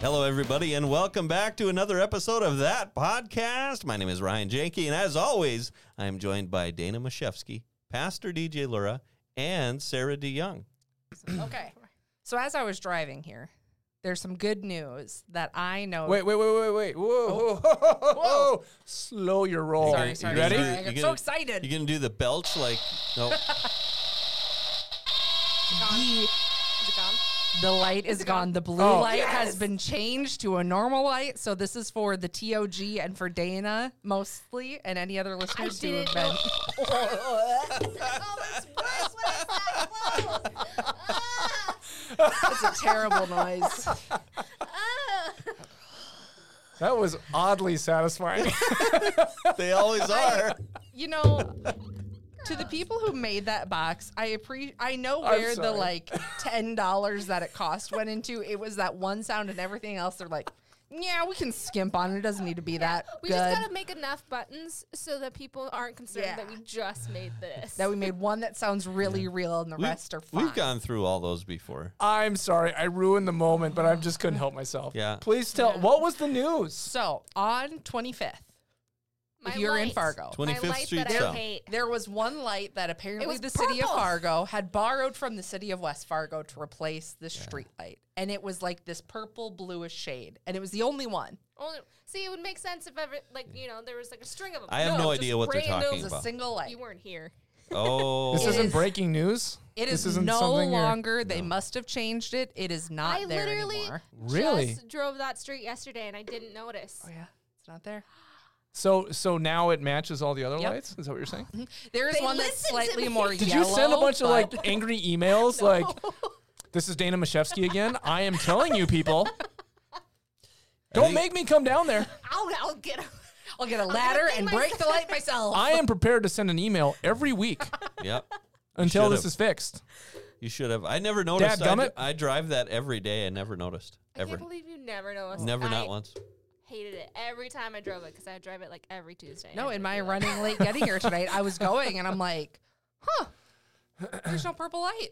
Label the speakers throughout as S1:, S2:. S1: Hello, everybody, and welcome back to another episode of that podcast. My name is Ryan Janke, and as always, I am joined by Dana Mashevsky, Pastor DJ Lura, and Sarah DeYoung.
S2: Okay. So as I was driving here, there's some good news that I know.
S3: Wait, wait, wait, wait, wait. Whoa. Oh. Whoa.
S2: Whoa.
S3: Slow your roll.
S2: Sorry,
S3: You
S2: sorry,
S3: ready?
S2: sorry. I got
S1: You
S2: so
S1: gonna-
S2: excited.
S1: You gonna do the belch like? No,
S2: The,
S4: Is it gone?
S2: the light is gone. The blue
S3: Oh.
S2: light has been changed to a normal light. So this is for the TOG and for Dana mostly, and any other listeners who have
S4: didn't
S2: been.
S4: know- it's worse when it's that close. Ah,
S2: It's a terrible noise.
S4: ah.
S3: That was oddly satisfying.
S1: they always are.
S2: You know. To the people who made that box, I appre- I know
S3: I'm
S2: where the
S3: sorry.
S2: like ten dollars that it cost went into. It was that one sound and everything else. They're like, yeah, we can skimp on it. It doesn't need to be that
S4: We
S2: good.
S4: just gotta make enough buttons so that people aren't concerned
S2: Yeah.
S4: that we just made this.
S2: that we made one that sounds really real and the rest are fine.
S1: We've gone through all those before.
S3: I'm sorry. I ruined the moment, but I just couldn't help myself.
S1: Yeah.
S3: Please tell. What was the news?
S2: so on 25th,
S4: My
S2: if you're in
S4: light.
S2: Fargo,
S1: Twen- 25th
S4: my light
S1: Street
S4: that
S1: South.
S4: I hate.
S2: there was one light that
S4: It
S2: apparently
S4: was
S2: the city of
S4: purple.
S2: Fargo had borrowed from the city of West Fargo to replace the street light. And it was like this purple bluish shade. And it was the only one.
S4: Only, see, it would make sense if ever, like, you know, there was like a string of them.
S1: I have no,
S4: just
S1: idea what they're
S4: random-
S1: talking
S2: It was a
S1: about.
S2: single light.
S4: You weren't here.
S1: Oh,
S3: This
S2: It
S3: isn't
S2: is-
S3: breaking news.
S2: It
S3: This
S2: is
S3: isn't
S2: no
S3: something you're-
S2: longer. They must have changed it. It is not
S4: I
S2: there
S4: literally
S2: anymore.
S3: Really?
S4: just drove that street yesterday and I didn't notice.
S2: Oh yeah, it's not there.
S3: So so now it matches all the other
S2: Yep.
S3: lights. Is that what you're saying?
S2: There is
S4: They
S2: one that's
S4: listened to
S2: slightly
S4: me.
S2: more
S3: Did
S2: yellow.
S3: you send a bunch of
S2: but-
S3: like angry emails like, "This is Dana Mashevsky again. I am telling you, people, don't
S1: think-
S3: make me come down there.
S4: I'll, I'll get him.
S2: I'll get a ladder
S4: get
S2: and
S4: myself-
S2: break the light myself.
S3: I am prepared to send an email every week
S1: yep.
S3: until this
S1: should've.
S3: is fixed."
S1: You should have. I never noticed. I,
S3: Dadgummit.
S1: d- I drive that every day. I never noticed.
S4: I
S1: Ever.
S4: can't believe you never noticed.
S1: Never,
S4: I
S1: not once.
S4: hated it every time I drove it because I would drive it like every Tuesday.
S2: No, in
S4: I would
S2: my
S4: be like,
S2: running late getting here tonight, I was going and I'm like, huh, there's no purple light.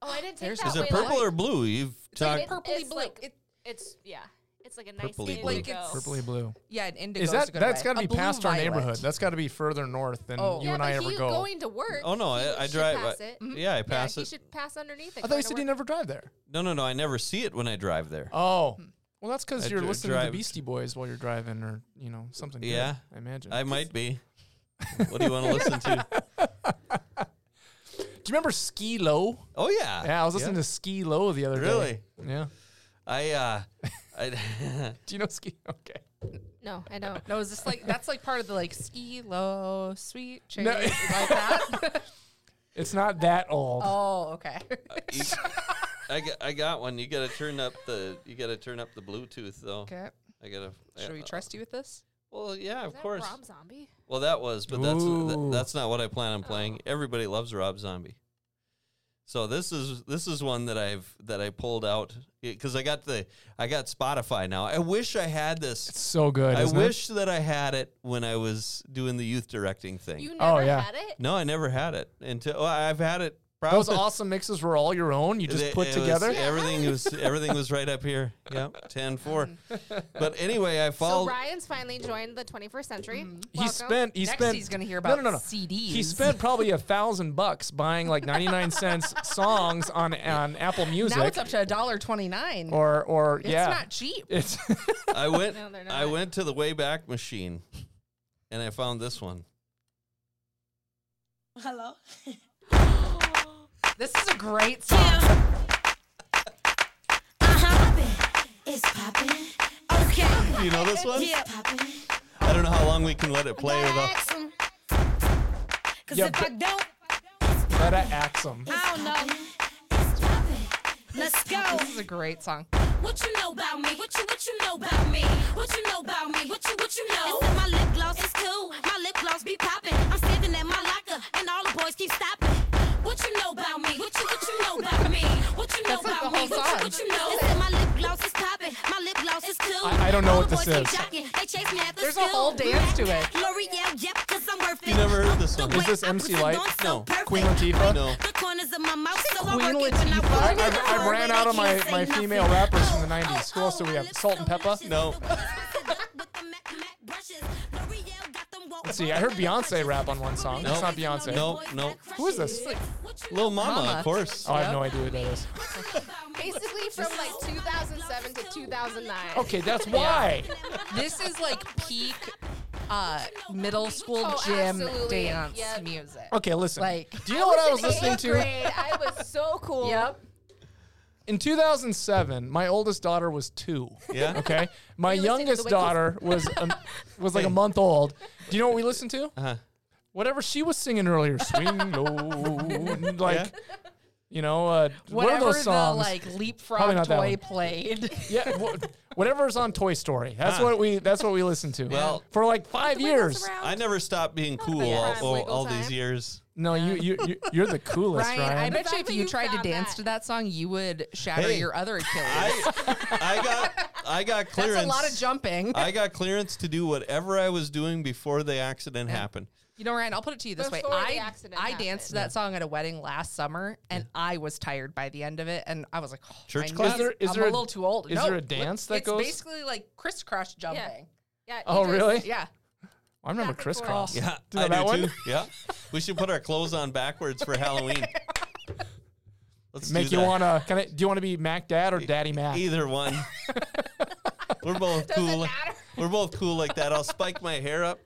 S4: Oh, I didn't take
S2: There's-
S4: that
S1: Is
S4: way.
S1: it purple
S4: like,
S1: or blue? You've
S2: like
S1: talked.
S2: purple- purpley
S4: it's
S2: blue.
S4: Like,
S2: It-
S4: it's yeah. It's like a nice
S1: Purpley
S4: indigo.
S1: blue.
S2: Like it's-
S3: Purpley blue.
S2: Yeah, an indigo
S3: Is
S2: that,
S3: that that's got to be past our neighborhood? That's got to be further north than
S2: Oh.
S3: you
S4: yeah,
S3: and
S4: but
S3: I
S4: he
S3: ever go.
S4: going to work.
S1: Oh, no,
S4: he
S1: I- I
S4: should
S1: drive-
S4: Pass
S1: I-
S4: it. Mm-hmm.
S1: yeah, I pass
S4: he
S1: it.
S4: should pass underneath it.
S3: I thought you
S4: going to
S3: said you
S4: work.
S3: never drive there.
S1: no, no, no. I never see it when I drive there.
S3: Oh,
S2: Hmm.
S3: well, that's
S1: I
S3: because you're
S1: dri-
S3: listening to
S1: drive-
S3: the Beastie Boys while you're driving, or you know something. good,
S1: Yeah.
S3: I imagine.
S1: I might be. What do you want to listen to?
S3: Do you remember Ski Low?
S1: Oh yeah.
S3: Yeah, I was listening to Ski Low the other
S1: Really?
S3: day. Yeah.
S1: I uh I
S3: Do you know Ski? Okay.
S4: No, I don't.
S2: No, is this like that's like part of the like ski low sweet change
S3: No.
S2: like that?
S3: It's not that old.
S2: oh, okay.
S1: you- I got, I got one. You gotta turn up the you gotta turn up the Bluetooth though.
S2: Okay.
S1: I gotta.
S2: Should
S1: I,
S2: we trust you with this?
S1: Well, yeah,
S4: Is
S1: of
S4: that
S1: course.
S4: Rob Zombie.
S1: Well, that was, but that's th-
S3: Ooh.
S1: that's not what I plan on playing. Everybody loves Rob Zombie. So this is this is one that I've that I pulled out because I got the I got Spotify now. I wish I had
S3: It's
S1: this.
S3: so good.
S1: I
S3: isn't it?
S1: wish that I had it when I was doing the youth directing thing.
S4: You never
S3: Oh, yeah.
S4: had it.
S1: no, I never had it until well, I've had it. Probably
S3: Those awesome mixes were all your own. You just
S1: They-
S3: put
S1: it was-
S3: together.
S1: everything was everything was right up here. Yep, 10-4. But anyway, I
S4: Mm. So
S1: followed.
S4: Ryan's finally joined the 21st century.
S3: He spent. He
S2: Next
S3: spent.
S2: he's gonna hear
S3: No,
S2: about
S3: no, no, no.
S2: CDs.
S3: He spent probably a thousand bucks buying like ninety nine cents songs on on Apple Music.
S2: now it's up to a dollar twenty nine.
S3: or or
S2: It's
S3: yeah,
S2: not cheap.
S3: it's
S1: I went.
S4: No, they're
S1: I
S4: not.
S1: went to the Wayback Machine, and I found this one.
S5: Hello.
S2: This is a great song.
S5: It's poppin'. Okay.
S1: Do you know this one?
S5: It's poppin'.
S1: I don't know how long we can let it play without.
S5: Ask 'em. Cause
S3: Yeah,
S5: if I
S3: but-
S5: don't,
S3: Greta Axum.
S5: I don't know. It's poppin'. Let's go.
S2: This is a great song.
S5: What you know about me? What you what you know about me? What you know about me? What you what you know? Except my lip gloss is cool. My lip gloss be poppin'. I'm standing at my locker and all the boys keep stopping. What you know about me? What you what you know about me? What you know
S2: That's like
S5: about
S2: the
S5: me?
S2: whole
S5: What you
S2: song.
S5: what you know? Except my lip gloss is poppin'. My lip gloss is cool.
S3: I- I don't know
S5: All
S3: what
S5: the
S3: this
S5: boys keep
S3: is.
S5: jockin'. They chase me after
S2: There's a
S5: school.
S2: whole dance to it.
S5: L'Oreal, yep, cause I'm worth it.
S1: You never heard this one?
S3: Is this MC Light?
S1: No.
S3: Queen Latifah?
S1: No.
S5: The corners of my mouth so Queen
S2: Queen
S5: Latifah.
S3: I, I, I ran out of my, my female rappers from the 90s. Who else do we have? Salt and Pepper?
S1: No.
S5: Let's see. I heard Beyonce rap on one song.
S1: Nope.
S5: It's not Beyonce.
S1: Nope, nope.
S5: Who is this?
S1: Lil Mama, of
S2: Mama.
S1: course.
S3: Oh, I have no idea who that is.
S4: Basically, from like 2007 to 2009.
S3: Okay, that's why.
S2: This is like peak uh, middle school
S4: Oh,
S2: gym
S4: absolutely.
S2: dance
S4: Yep.
S2: music.
S3: Okay, listen.
S2: Like-
S3: do you know what I was
S4: in
S3: listening
S4: eighth
S3: to?
S4: grade. I was so cool.
S2: Yep.
S3: In 2007, my oldest daughter was two.
S1: Yeah.
S3: Okay, my
S4: listened to the
S3: youngest
S4: Wiggles?
S3: daughter was um, was like a month old. Do you know what we listened to?
S1: Uh-huh.
S3: Whatever she was singing earlier, swing low, and like
S1: Yeah.
S3: you know, uh, what are
S2: Whatever
S3: those songs?
S2: the like
S3: Probably
S2: leapfrog
S3: not that
S2: toy
S3: one.
S2: played.
S3: yeah, wha- whatever's on Toy Story. That's
S1: Huh.
S3: what we that's what we listened to.
S1: Well-
S3: for like five years.
S1: I never stopped being cool
S4: yeah.
S1: all,
S4: Time,
S1: all,
S4: wiggle
S1: all these
S4: time.
S1: years.
S3: No, you you you- you're the coolest,
S2: Ryan,
S3: Ryan.
S2: I bet
S4: That's
S2: you if
S4: how
S2: you
S4: you
S2: tried to
S4: found
S2: dance
S4: that.
S2: to that song, you would shatter
S1: Hey,
S2: your other Achilles.
S1: I, I got I got clearance.
S2: That's a lot of jumping.
S1: I got clearance to do whatever I was doing before the accident happened.
S2: you know, Ryan, I'll put it to you this way.
S4: Before the
S2: I,
S4: accident
S2: I
S4: happened.
S2: danced to that song at a wedding last summer, and I was tired by the end of it. And I was like, oh,
S1: Church
S2: my
S1: class?
S2: knees,
S1: Is
S3: there- is
S2: I'm
S3: there a-
S2: a little too old.
S3: is
S2: No,
S3: there a
S2: look,
S3: dance that
S2: it's
S3: goes-
S2: basically like crisscross jumping.
S4: Yeah,
S3: Oh,
S4: Idris.
S3: really?
S2: Yeah.
S3: I remember
S4: Back and forth.
S3: crisscross.
S1: Yeah,
S3: Do you know
S1: I
S3: that
S1: do
S3: one?
S1: too. Yeah, we should put our clothes on backwards for Halloween. Let's
S3: Make
S1: do
S3: you
S1: that.
S3: wanna kind of do you wanna be Mac Dad or Daddy Mac?
S1: either one. We're both
S4: Doesn't
S1: cool.
S4: matter.
S1: We're both cool like that. I'll spike my hair up,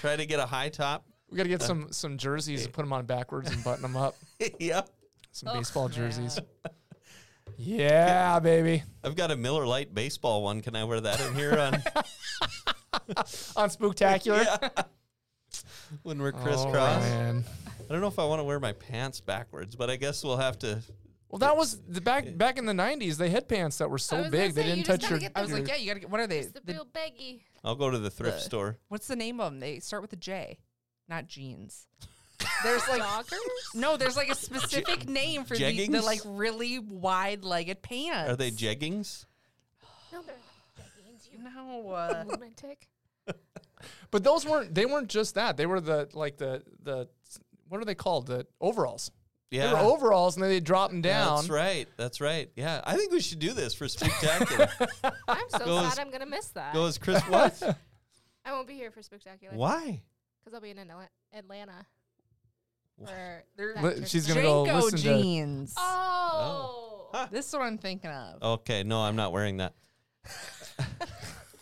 S1: try to get a high top.
S3: We gotta
S1: uh,
S3: get some some jerseys and put them on backwards and button them up.
S1: yep.
S3: Some
S4: Oh,
S3: baseball jerseys. Yeah, baby.
S1: I've got a Miller Lite baseball one. Can I wear that in here on
S3: On Spooktacular.
S1: when we're
S3: Oh,
S1: crisscross?
S3: man.
S1: I don't know if I want to wear my pants backwards, but I guess we'll have to.
S3: Well, that was the back back in the '90s. They had pants that were
S4: I
S3: so
S4: was gonna
S3: big they
S4: say,
S3: didn't
S4: you just
S3: touch
S4: gotta
S3: your.
S4: get
S2: I was
S3: your-
S2: like, yeah, you got to get, what are they?
S4: The
S2: The-
S4: real beggy.
S1: I'll go to the thrift store.
S2: what's the name of them? They start with a J, not jeans. There's like no, there's like a specific name for the, the
S1: jeggings?
S2: like really wide legged pants.
S1: Are they jeggings?
S4: No, they're not jeggings, you
S2: No, uh,
S4: lunatic.
S3: But those weren't. They weren't just that. They were the like the the what are they called? The overalls. They were overalls, and then they dropped them down.
S1: That's right. That's right. Yeah, I think we should do this for spectacular.
S4: I'm so
S1: Goes-
S4: glad I'm gonna miss that.
S1: Goes Chris. What?
S4: I won't be here for spectacular.
S1: Why?
S4: Because I'll be in Atla- Atlanta.
S1: Wha-
S4: For
S2: They're-
S4: that
S3: Li-
S4: church
S3: she's gonna
S4: event.
S3: go
S2: Janko
S3: listen to.
S2: jeans.
S4: Oh.
S1: Huh.
S2: This is what I'm thinking of.
S1: Okay, no, I'm not wearing that.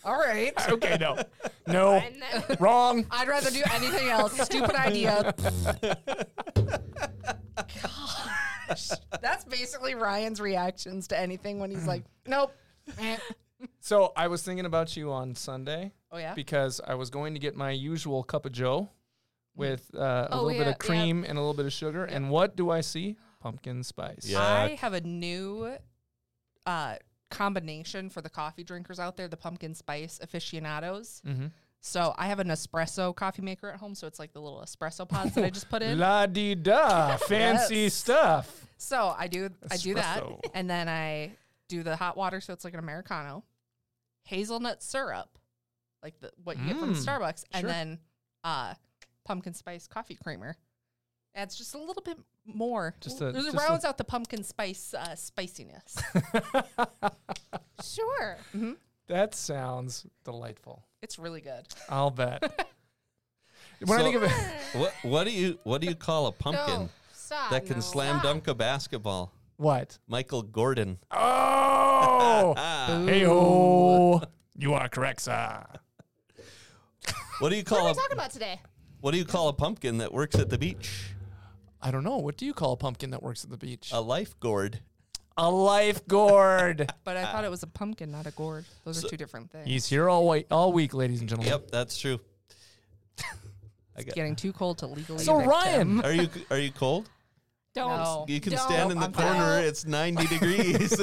S2: All right.
S3: Okay, no, no,
S4: And then
S3: wrong.
S2: I'd rather do anything else. Stupid idea. Gosh. That's basically Ryan's reactions to anything when he's like, nope. Eh.
S3: So I was thinking about you on Sunday
S2: Oh, yeah.
S3: because I was going to get my usual cup of Joe with uh, a
S4: Oh,
S3: little bit
S4: yeah,
S3: of cream and a little bit of sugar. And what do I see? Pumpkin spice.
S1: Yeah.
S2: I have a new uh, combination for the coffee drinkers out there, the pumpkin spice aficionados.
S3: Mhm.
S2: So I have an espresso coffee maker at home. So it's like the little espresso pods that I just put in.
S3: La di da, fancy
S2: Yes.
S3: stuff.
S2: So I do I do that,
S3: Espresso.
S2: and then I do the hot water, so it's like an americano, hazelnut syrup, like the, what you get from
S3: Mm,
S2: Starbucks, and
S3: sure.
S2: then uh, pumpkin spice coffee creamer. Adds just a little bit more.
S3: Just
S2: Just,
S3: a- just a-
S2: rounds out the pumpkin spice uh, spiciness.
S4: sure.
S3: That sounds delightful.
S2: it's really good.
S3: I'll bet. when I
S1: So-
S3: think of it,
S1: What What do you What do you call a pumpkin
S4: No. Stop.
S1: that can
S4: no.
S1: slam dunk a basketball?
S3: what?
S1: Michael Gordon.
S3: Oh,
S1: Ah,
S3: hey ho, you are correct, sir.
S1: what do you
S4: What
S1: call
S4: are
S1: a
S4: we talking about today?
S1: What do you call a pumpkin that works at the beach?
S3: I don't know. What do you call a pumpkin that works at the beach?
S1: A life gourd.
S3: a life gourd.
S2: But I thought it was a pumpkin, not a gourd. Those are two different things.
S3: He's here all wait, all week, ladies and gentlemen.
S1: Yep, that's true. I
S2: It's
S1: got,
S2: getting too cold to legally.
S3: So
S2: evict him.
S3: Ryan,
S1: are you Are you cold?
S4: Don't.
S2: No.
S1: You can
S4: Don't.
S1: stand in the
S4: I'm
S1: corner.
S4: fine.
S1: It's ninety degrees.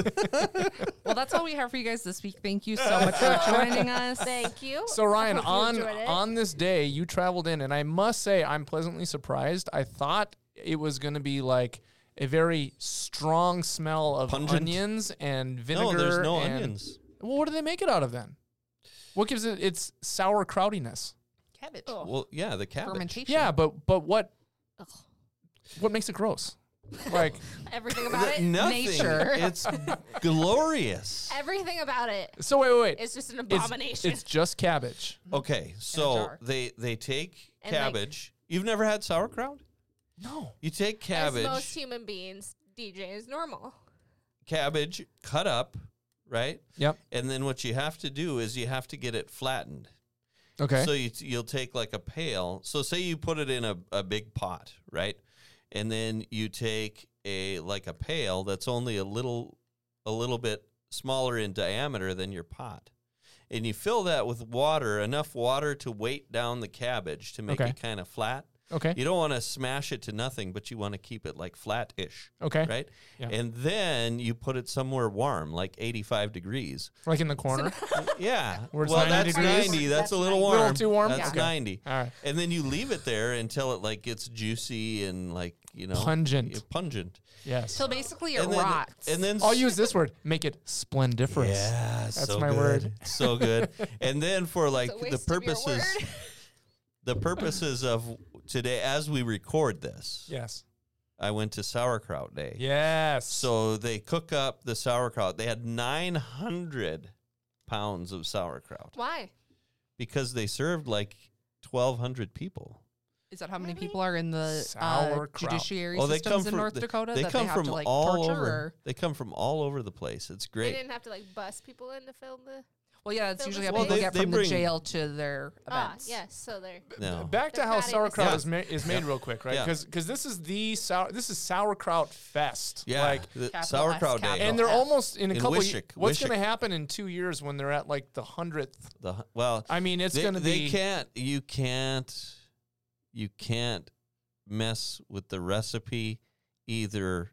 S2: well, that's all we have for you guys this week. Thank you so much for joining us.
S4: Thank you.
S3: so Ryan,
S4: Hope you
S3: on
S4: enjoyed it.
S3: on this day, you traveled in, and I must say, I'm pleasantly surprised. I thought it was going to be like a very strong smell of
S1: Pungent.
S3: onions and vinegar.
S1: no, there's no
S3: and-
S1: onions.
S3: Well, what do they make it out of then? What gives it its sour crowdiness?
S2: Cabbage.
S4: Oh.
S1: Well, yeah, the cabbage.
S2: Fermentation.
S3: Yeah, but but what what makes it gross? Like,
S4: Everything about it.
S1: Nothing.
S2: Nature.
S1: It's glorious.
S4: Everything about it.
S3: so wait, wait, wait.
S4: It's just an
S3: It's-
S4: abomination.
S3: It's, just cabbage.
S1: Okay, so
S2: jar.
S1: they they take
S4: And, like-
S1: cabbage. You've never had sauerkraut?
S3: No.
S1: You take cabbage,
S4: As most human beings, DJ is normal.
S1: cabbage cut up, right?
S3: Yep.
S1: And then what you have to do is you have to get it flattened.
S3: Okay.
S1: So you, t- you'll take like a pail. So say you put it in a, a big pot, right? And then you take a like a pail that's only a little a little bit smaller in diameter than your pot. And you fill that with water, enough water to weight down the cabbage to make
S3: Okay.
S1: it kind of flat.
S3: okay.
S1: You don't want to smash it to nothing, but you want to keep it like flat ish,
S3: okay.
S1: right?
S3: Yeah.
S1: And then you put it somewhere warm, like 85 degrees.
S3: Like in the corner.
S1: Yeah.
S3: Where it's
S1: well,
S3: 90
S1: that's
S3: degrees?
S1: 90. That's, a little
S2: That's
S1: warm.
S3: Little too warm?
S1: That's
S3: Okay.
S1: 90.
S3: All right.
S1: And then you leave it there until it like gets juicy and like, you know,
S3: Pungent.
S1: yeah, Pungent.
S3: Yes.
S2: So basically, it
S1: and then,
S2: rots.
S1: And then
S3: I'll use this word. Make it splendiferous.
S1: Yeah, that's
S3: my word.
S1: So good. And then for like
S4: a
S1: the
S4: waste of your
S1: purposes
S4: word.
S1: the purposes of today as we record this.
S3: Yes.
S1: I went to sauerkraut day.
S3: Yes.
S1: So they cook up the sauerkraut. They had 900 pounds of sauerkraut
S4: Why?
S1: because they served like 1,200 people.
S2: Is that how many people are in the uh,
S3: Sauerkraut.
S2: judiciary systems in North
S1: Oh, they-
S2: Dakota
S1: They
S2: that
S1: come
S2: they have
S1: from
S2: to like
S1: all
S2: torture?
S1: over.
S2: Or?
S1: They come from all over the place. It's
S4: They
S1: great.
S4: didn't have to like bust people in to film the.
S2: Well, yeah, that's
S4: Fill
S2: usually
S4: this
S2: how
S4: Well,
S2: people
S4: they-
S2: get
S1: they
S2: from the
S1: bring-
S2: jail to their
S4: Ah,
S2: events.
S4: yes. So they're.
S1: No.
S3: Back to
S4: They're
S3: how
S4: not even
S3: sauerkraut
S1: Yeah.
S3: is, ma- is made real quick, right?
S1: Yeah.
S3: Because this is the sour this is sauerkraut fest.
S1: Yeah,
S3: Like,
S1: the
S2: Capital
S1: sauerkraut
S2: S,
S1: day.
S2: capital
S3: and they're
S2: F.
S3: almost in a
S1: In
S3: couple. ye-
S1: Wishick,
S3: what's
S1: Wishick.
S3: going to happen in two years when they're at like the hundredth?
S1: the hu- well,
S3: I mean, it's
S1: they,
S3: going to
S1: they
S3: be.
S1: can't. You can't. You can't mess with the recipe either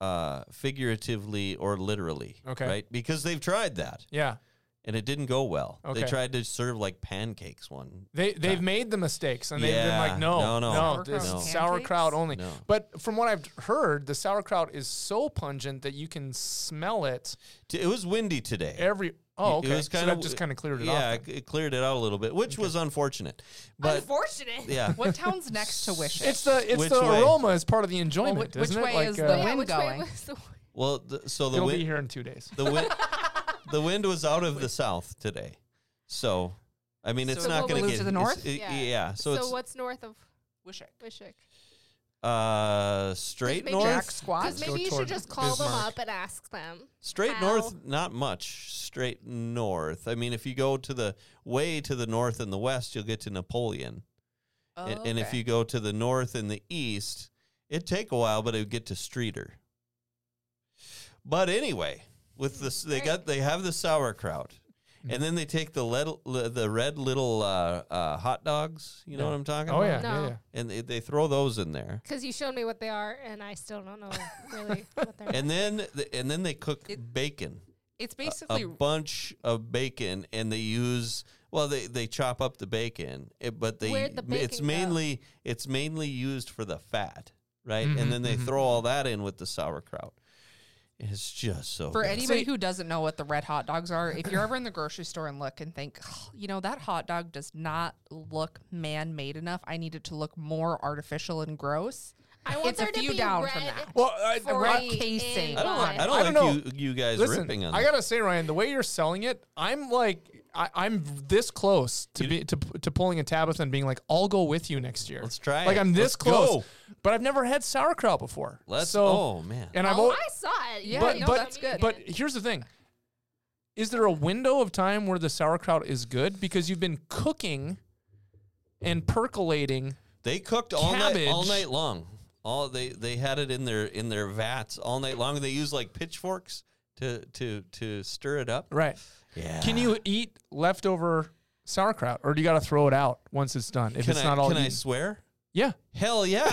S1: uh, figuratively or literally.
S3: Okay.
S1: Right, because they've tried that
S3: yeah,
S1: and it didn't go well. They
S3: Okay.
S1: tried to serve like pancakes one.
S3: they they've made the mistakes and they've been
S1: Yeah.
S3: like, no,
S1: No,
S3: no,
S1: no.
S3: no,
S1: Sauerkraut
S3: this
S1: and
S3: is
S2: pancakes?
S3: sauerkraut only.
S1: No.
S3: But from what I've heard, the sauerkraut is so pungent that you can smell it
S1: T- It was windy today.
S3: every.
S1: It-
S3: Oh, okay.
S1: It was
S3: so
S1: kind
S3: that
S1: of
S3: just kind of cleared it
S1: yeah,
S3: off.
S1: it- it cleared it out a little bit, which was unfortunate. But
S4: Unfortunate.
S1: yeah,
S2: What town's next to Wish?
S3: It's the it's
S1: Which
S3: the
S1: way?
S3: aroma is part of the enjoyment,
S2: which-
S3: isn't
S2: which
S3: it?
S2: way is
S4: But
S2: the
S4: yeah,
S2: wind
S4: which way
S2: going.
S4: was the wind?
S1: well, the, so the
S3: It'll be
S1: wind,
S3: here in two days.
S1: the wind, the wind was out of the south today. So, I mean, it's
S2: So
S1: not
S4: what
S1: going
S4: blew
S1: get
S2: to the
S1: it's-
S2: north?
S1: it- yeah.
S4: Yeah.
S1: So,
S4: so what's north of
S2: Wishick.
S4: Wishick?
S1: it's uh, straight
S4: Maybe-
S1: north.
S2: Jack
S4: Because
S2: Squat.
S3: go
S4: maybe you
S3: toward
S4: should just call them
S3: Bismarck.
S4: up and ask them.
S1: Straight
S4: How?
S1: north, not much. Straight north. I mean, if you go to the way to the north and the west, you'll get to Napoleon. and, and if you go to the north and the east, it'd take a while, but it would get to Streeter. But anyway, with this, they got they have the sauerkraut,
S3: Mm.
S1: and then they take the led, li- the red little uh, uh, hot dogs. You know
S3: Yeah.
S1: what I'm talking
S3: Oh
S1: about?
S3: yeah,
S4: No.
S3: yeah, yeah.
S1: and they, they throw those in there,
S4: Because you showed me what they are, and I still don't know really what they're.
S1: and then the, and then they cook bacon,
S2: it's
S1: a-
S2: basically
S1: a bunch of bacon, and they use. Well, they, they chop up the bacon, eh, but they
S4: Where'd the
S1: it's
S4: bacon go?
S1: mainly it's mainly used for the fat, right?
S3: Mm-hmm,
S1: And then they throw all that in with the sauerkraut. It's just so
S2: For
S1: good.
S2: anybody who doesn't know what the red hot dogs are, if you're ever in the grocery store and look and think, "Ugh, you know, that hot dog does not look man made enough. I need it to look more artificial and gross.
S4: I want
S2: it's
S4: there
S2: a
S4: to
S2: few
S4: be
S2: down
S4: red
S2: from that.
S3: Well, I,
S4: for
S2: red
S4: a-
S2: casing.
S4: in
S1: I don't like, I
S4: one.
S1: don't
S3: I
S1: like
S3: don't
S1: you you guys ripping on
S3: I
S1: that.
S3: gotta say, Ryan, the way you're selling it, I'm like, I, I'm this close to be to, to pulling a Tabitha and being like, "I'll go with you next year."
S1: Let's try
S3: Like
S1: it.
S3: I'm
S1: Let's
S3: this
S1: go.
S3: close, but I've never had sauerkraut before.
S1: Let's
S3: So,
S1: oh man.
S3: and I've
S4: Oh,
S3: always,
S4: I saw it.
S2: Yeah,
S3: but
S2: no,
S3: but
S2: that's good.
S3: but here's the thing: is there a window of time where the sauerkraut is good because you've been cooking and percolating?
S1: They cooked all night all
S3: Cabbage.
S1: night long. All they they had it in their in their vats all night long. They used like pitchforks to to to stir it up.
S3: Right?
S1: Yeah.
S3: Can you eat leftover sauerkraut, or do you got to throw it out once it's done if
S1: Can
S3: it's
S1: I,
S3: not all
S1: Can I
S3: eaten?
S1: swear?
S3: yeah.
S1: Hell yeah.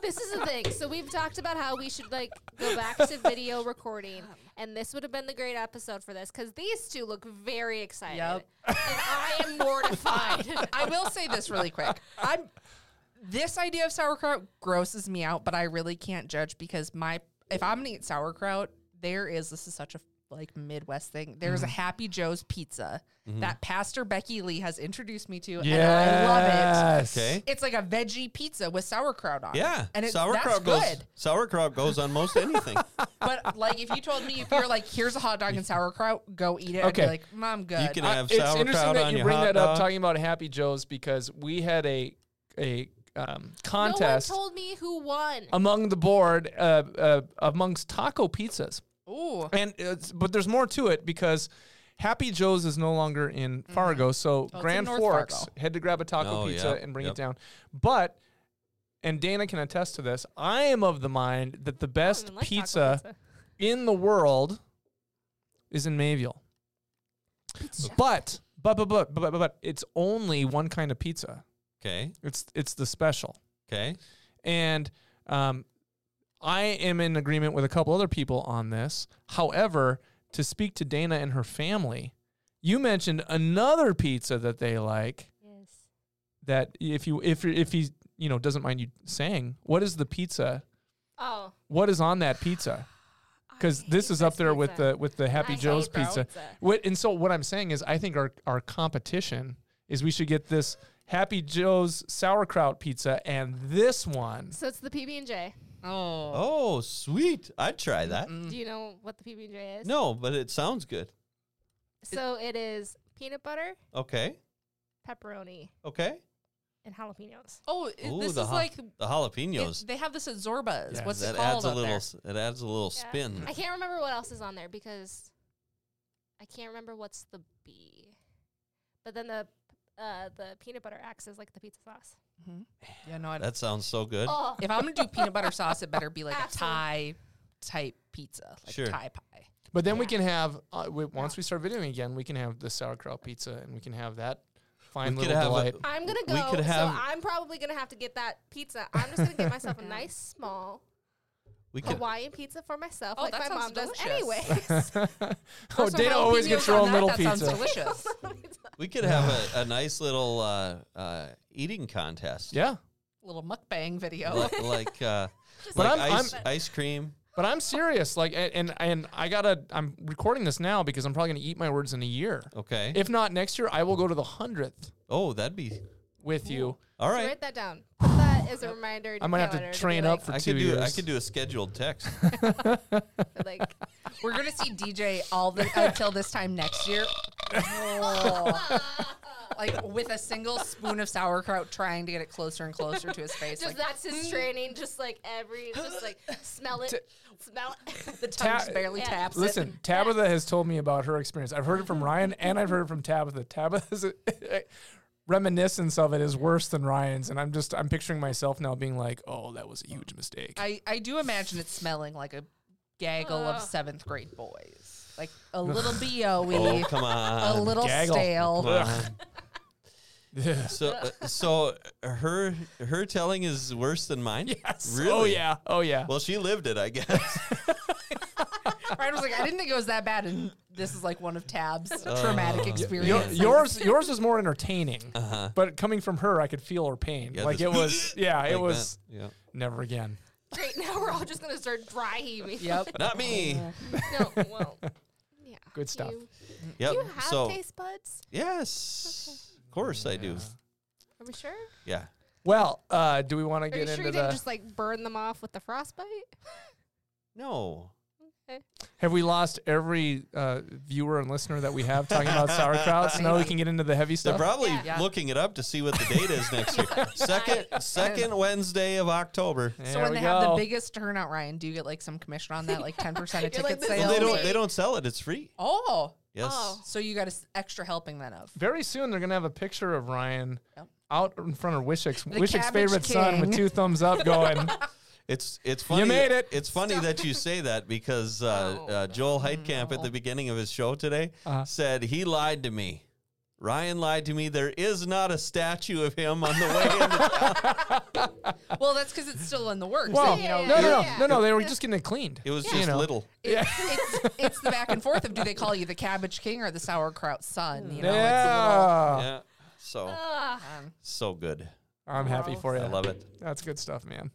S4: This is the thing. So we've talked about how we should like go back to video recording, and this would have been the great episode for this because these two look very excited.
S2: Yep.
S4: And I am mortified.
S2: I will say this really quick. I'm this idea of sauerkraut grosses me out, but I really can't judge because my if I'm gonna eat sauerkraut, there is this is such a like Midwest thing. There's
S1: Mm-hmm.
S2: a Happy Joe's pizza that Pastor Becky Lee has introduced me to, and I love it.
S1: Okay.
S2: It's like a veggie pizza with sauerkraut on it.
S1: Yeah,
S2: and it's
S1: sauerkraut
S2: that's
S1: goes.
S2: good.
S1: Sauerkraut goes on most anything.
S2: But like, if you told me if you're like, here's a hot dog and sauerkraut, go eat it. I'd
S3: Okay.
S2: be like, mom, good.
S1: You can
S3: I-
S1: have
S3: it's
S1: sauerkraut
S3: interesting that
S1: on
S3: you
S1: your
S3: bring
S1: hot
S3: that
S1: dog.
S3: up talking about Happy Joe's because we had a a um, contest
S4: No one told me who won.
S3: among the board uh, uh, amongst taco pizzas.
S2: Ooh,
S3: And it's, but there's more to it because Happy Joe's is no longer in
S4: Mm-hmm.
S3: Fargo, so
S2: in
S3: Grand
S2: North
S3: Forks
S2: Fargo.
S3: had to grab a taco
S1: Oh,
S3: pizza
S1: yep,
S3: and bring
S1: yep.
S3: it down. But and Dana can attest to this. I am of the mind that the
S4: I don't
S3: best
S4: even like taco
S3: pizza, in the world is in Mayville. But, but but but but but but it's only one kind of pizza.
S1: Okay.
S3: It's it's the special.
S1: Okay.
S3: And um, I am in agreement with a couple other people on this. However, to speak to Dana and her family, you mentioned another pizza that they like.
S4: Yes.
S3: That if you if you if he you know doesn't mind you saying what is the pizza?
S4: Oh,
S3: What is on that pizza? Because this
S4: hate
S3: is up
S4: this
S3: there with
S4: pizza.
S3: the with the Happy
S4: I
S3: Joe's
S4: hate this
S3: pizza.
S4: pizza.
S3: What and so what I'm saying is I think our our competition is we should get this Happy Joe's sauerkraut pizza and this one.
S4: so it's the PB and J.
S2: oh,
S1: Oh, sweet! I'd try that.
S2: Mm.
S4: Do you know what the PB and J is?
S1: No, but it sounds good.
S4: So it is peanut butter,
S1: Okay.
S4: pepperoni,
S1: Okay.
S4: and jalapenos.
S2: oh,
S1: Ooh,
S2: this
S1: the
S2: is
S1: ha-
S2: like
S1: the jalapenos.
S2: it- they have this at Zorba's.
S3: Yeah.
S2: What's
S1: that
S2: it called?
S1: adds a
S2: up
S1: little.
S2: there?
S1: s- It adds a little
S4: Yeah.
S1: spin.
S4: I can't remember what else is on there because I can't remember what's the B. But then the uh, the peanut butter acts as like the pizza sauce.
S2: Yeah, no, I don't.
S1: That sounds so good.
S4: Oh,
S2: if I'm gonna do peanut butter sauce, it better be like a
S4: Absolutely.
S2: Thai type pizza, like
S1: Sure.
S2: Thai pie.
S3: But then we can have uh, we, once we start videoing again, we can have the sauerkraut pizza and we can have that fine
S1: We could
S3: little
S1: have a-
S3: delight.
S4: I'm gonna
S1: We
S4: go.
S1: could have-
S4: so I'm probably gonna have to get that pizza. I'm just gonna get myself a nice small
S1: We could.
S4: Hawaiian pizza for myself,
S2: Oh,
S4: like
S2: that
S4: my
S2: sounds
S4: mom does anyway.
S2: delicious. Some
S3: oh, Dana always
S2: jalapenos
S3: gets her
S2: on
S3: own
S2: that,
S3: little
S2: that Sounds
S3: pizza.
S2: delicious.
S1: We could have a, a nice little uh, uh, eating contest.
S3: Yeah,
S2: little mukbang video.
S1: Li- like, uh, like
S3: But I'm-
S1: ice,
S3: I'm-
S1: ice cream.
S3: but I'm serious. Like, a- and and I gotta. I'm recording this now because I'm probably gonna eat my words in a year.
S1: Okay.
S3: If not next year, I will go to the hundredth
S1: oh, that'd be
S3: with you.
S1: all
S4: So
S1: right.
S4: write that down. Put that as a reminder. in
S3: I
S4: your
S3: might have
S4: calendar
S3: to
S4: be
S3: train up for
S1: I
S3: two
S1: could do.
S3: years.
S1: I could do a scheduled text.
S4: like, like
S2: We're gonna see DJ all the until this time next year. Oh. like with a single spoon of sauerkraut, trying to get it closer and closer to his face.
S4: just
S2: Like mm.
S4: that's his training. Just like every, just like smell it, smell it.
S2: the tongue
S3: Ta-
S2: just barely
S4: Yeah.
S2: taps. it.
S3: Listen, Tabitha has told me about her experience. I've heard it
S2: Mm-hmm.
S3: from Ryan and I've heard it from Tabitha. Tabitha's reminiscence of it is worse than Ryan's, and I'm just I'm picturing myself now being like, oh, that was a huge mistake.
S2: I I do imagine it smelling like a gaggle of seventh grade boys, like a little
S1: oh,
S2: boe,
S1: come on.
S2: a little
S3: Gaggle.
S2: stale.
S1: Come on.
S3: Yes.
S1: so, uh, so her her telling is worse than mine. Really?
S3: Oh yeah. Oh yeah.
S1: Well, she lived it, I guess.
S2: Ryan was like, I didn't think it was that bad, and this is like one of Tab's traumatic
S3: Your-
S2: experiences.
S3: yours yours is more entertaining, but coming from her, I could feel her pain.
S1: Uh-huh. Yeah,
S3: like
S1: this-
S3: it was. Yeah,
S1: Like
S3: it was.
S1: that. Yeah.
S3: Never again.
S4: Great. Now we're all just gonna start dry heaving.
S2: Yep.
S1: Not
S4: Oh,
S1: me.
S4: No. Well. Yeah.
S3: Good stuff.
S4: You,
S1: Yep.
S4: you have
S1: so
S4: taste buds.
S1: yes, of course I do.
S4: Are we sure?
S1: Yeah.
S3: Well, uh, do we want to
S4: Are you
S3: get
S4: sure
S3: into
S4: you
S3: the?
S4: didn't just like burn them off with the frostbite?
S1: No.
S3: Have we lost every uh, viewer and listener that we have talking about sauerkraut? So now we can get into the heavy
S1: They're
S3: stuff.
S1: probably
S4: Yeah.
S2: Yeah.
S1: looking it up to see what the date is next year. Second, second Wednesday of October.
S2: So
S3: There
S2: when
S3: we
S2: they have
S3: go.
S2: the biggest turnout, Ryan, do you get like some commission on that, like ten percent of
S4: You're
S2: ticket
S4: like, "This is
S1: Well,
S2: sales?
S1: they
S4: Oh.
S1: don't. They don't sell it. It's free.
S2: oh,
S1: Yes.
S4: Oh.
S2: so you got an extra helping then of
S3: very soon they're gonna have a picture of Ryan
S2: Yep.
S3: out in front of Wishik's Wishik's
S2: Cabbage
S3: favorite son with
S2: King.
S3: two thumbs up, going,
S1: It's it's funny.
S3: made it.
S1: It's funny that you say that because uh,
S4: Oh,
S1: uh, Joel Heidkamp at the beginning of his show today
S3: Uh-huh.
S1: said he lied to me. Ryan lied to me. There is not a statue of him on the way into town.
S2: Well, that's because it's still in the works.
S3: "Wow,
S2: you know,
S3: no, no, no,
S4: yeah.
S3: no, no, they were just getting it cleaned."
S1: It was
S3: You
S1: just
S3: know.
S1: little.
S3: Yeah.
S2: it's, it's the back and forth of do they call you the Cabbage King or the Sauerkraut Son? You know,
S3: yeah,
S1: Yeah. So so good.
S3: I'm happy for you.
S1: I love it.
S3: That's good stuff, man.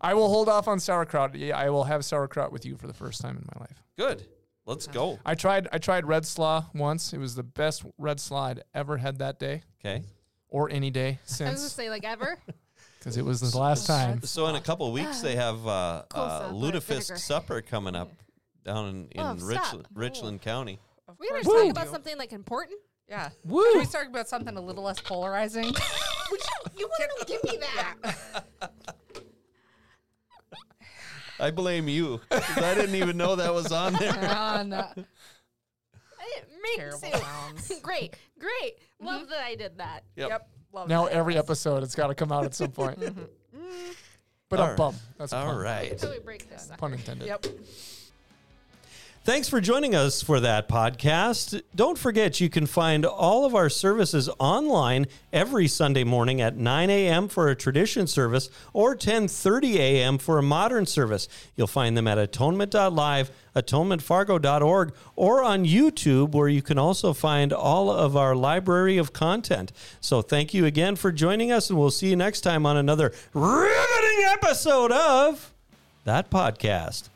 S3: I will hold off on sauerkraut. Yeah, I will have sauerkraut with you for the first time in my life.
S1: Good. Let's go.
S3: I tried I tried red slaw once. It was the best red slaw I'd ever had that day
S1: Okay.
S3: or any day
S4: I was gonna
S3: since
S4: say like ever.
S3: because it was the last time.
S1: So in a couple of weeks, they have uh,
S4: Cool
S1: uh,
S4: supper,
S1: Ludafisk
S4: vinegar.
S1: supper coming up down in,
S4: Oh,
S1: in Rich,
S4: stop.
S1: Richland County.
S2: Of
S4: We gotta
S2: course
S4: talk
S2: do.
S4: about something like important.
S2: Yeah.
S3: Woo.
S2: Can we talk about something a little less polarizing?
S4: Would you you wouldn't give me that?
S1: I blame you. 'cause I didn't even know that was on there.
S2: On, uh,
S4: I didn't
S2: Terrible
S4: mean to.
S2: sounds.
S4: great, great. Love that I did that.
S1: Yep.
S2: Love
S3: Now
S2: that.
S3: every episode it's got to come out at some point.
S4: Mm-hmm.
S3: But
S1: All
S3: a
S1: right.
S3: bump. That's a
S1: All
S3: pun.
S1: right.
S4: So we break this. sucker.
S3: Pun intended.
S2: Yep.
S1: Thanks for joining us for that podcast. Don't forget, you can find all of our services online every Sunday morning at 9 a.m. for a tradition service or 10.30 a.m. for a modern service. You'll find them at atonement.live, atonementfargo.org, or on YouTube, where you can also find all of our library of content. So thank you again for joining us, and we'll see you next time on another riveting episode of That Podcast.